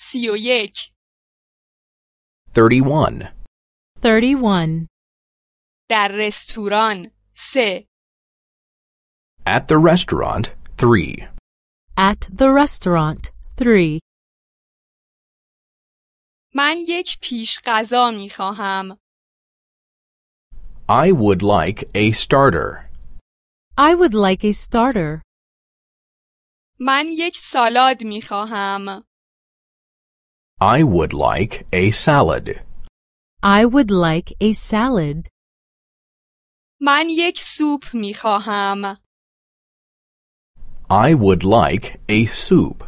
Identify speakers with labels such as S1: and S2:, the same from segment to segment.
S1: سی و یک
S2: 31.
S3: 31.
S1: در رستوران سه
S2: At the restaurant, 3.
S3: At the restaurant. 3.
S1: من یک پیش غذا می خواهم.
S2: I would like a starter.
S3: I would like a starter.
S1: من یک سالاد می خواهم.
S2: I would like a salad.
S3: I would like a salad.
S1: من یک سوپ می خواهم.
S2: I would like a soup.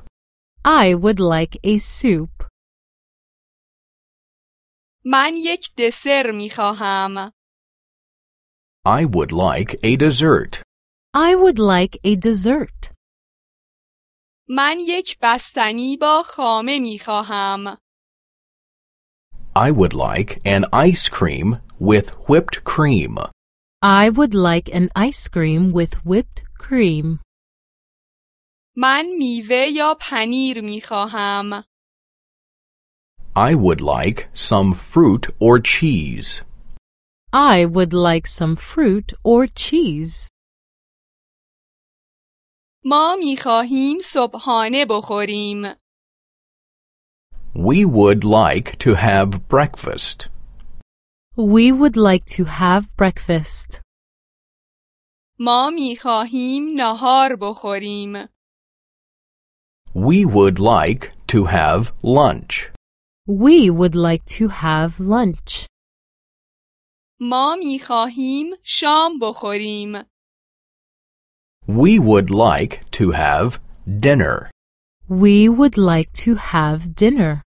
S3: I would like a soup.
S1: من یک دسر می خواهم.
S2: I would like a dessert.
S3: I would like a dessert.
S1: من یک بستنی با خامه می خواهم.
S2: I would like an ice cream with whipped cream.
S3: I would like an ice cream with whipped cream.
S1: من میوه یا پنیر می خواهم.
S2: I would like some fruit or cheese.
S3: I would like some fruit or cheese.
S1: ما می خواهیم صبحانه بخوریم.
S2: We would like to have breakfast.
S3: We would like to have breakfast.
S1: ما می خواهیم نهار بخوریم.
S2: We would like to have lunch.
S3: We would like to have lunch.
S1: ما می خواهیم شام بخوریم.
S2: We would like to have dinner.
S3: We would like to have dinner.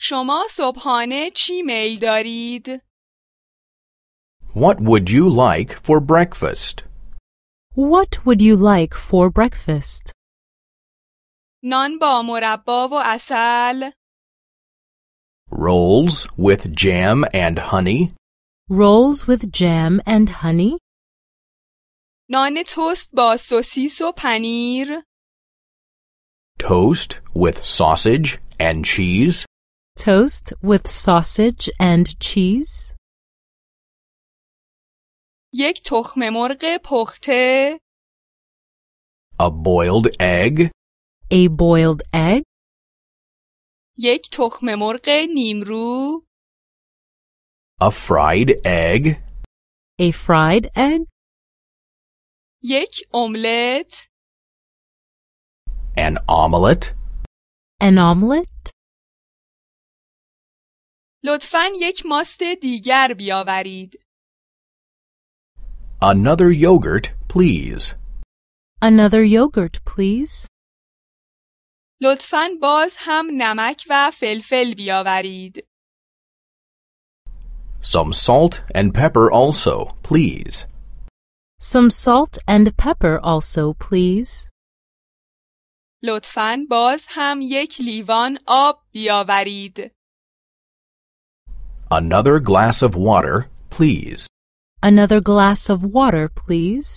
S1: شما صبحانه چی میل دارید؟
S2: What would you like for breakfast?
S3: What would you like for breakfast?
S1: نان با مربا و اصل،
S2: Rolls with jam and honey,
S3: Rolls with jam and honey?
S1: نان تست با سوسیس و پنیر،
S2: toast with sausage and cheese,
S3: Toast with sausage and cheese?
S1: یک تخم مرغ پخته،
S2: a boiled egg,
S3: A boiled egg?
S1: یک تخم مرغ نیمرو،
S2: a fried egg,
S3: A fried egg?
S1: یک املت،
S2: an omelette,
S3: An omelette?
S1: لطفا یک ماست دیگر بیاورید.
S2: another yogurt, please.
S3: Another yogurt, please?
S1: لطفا باز هم نمک و فلفل بیاورید.
S2: Some salt and pepper also, please.
S3: Some salt and pepper also, please.
S1: لطفاً باز هم یک لیوان آب بیاورید.
S2: Another glass of water, please.
S3: Another glass of water, please.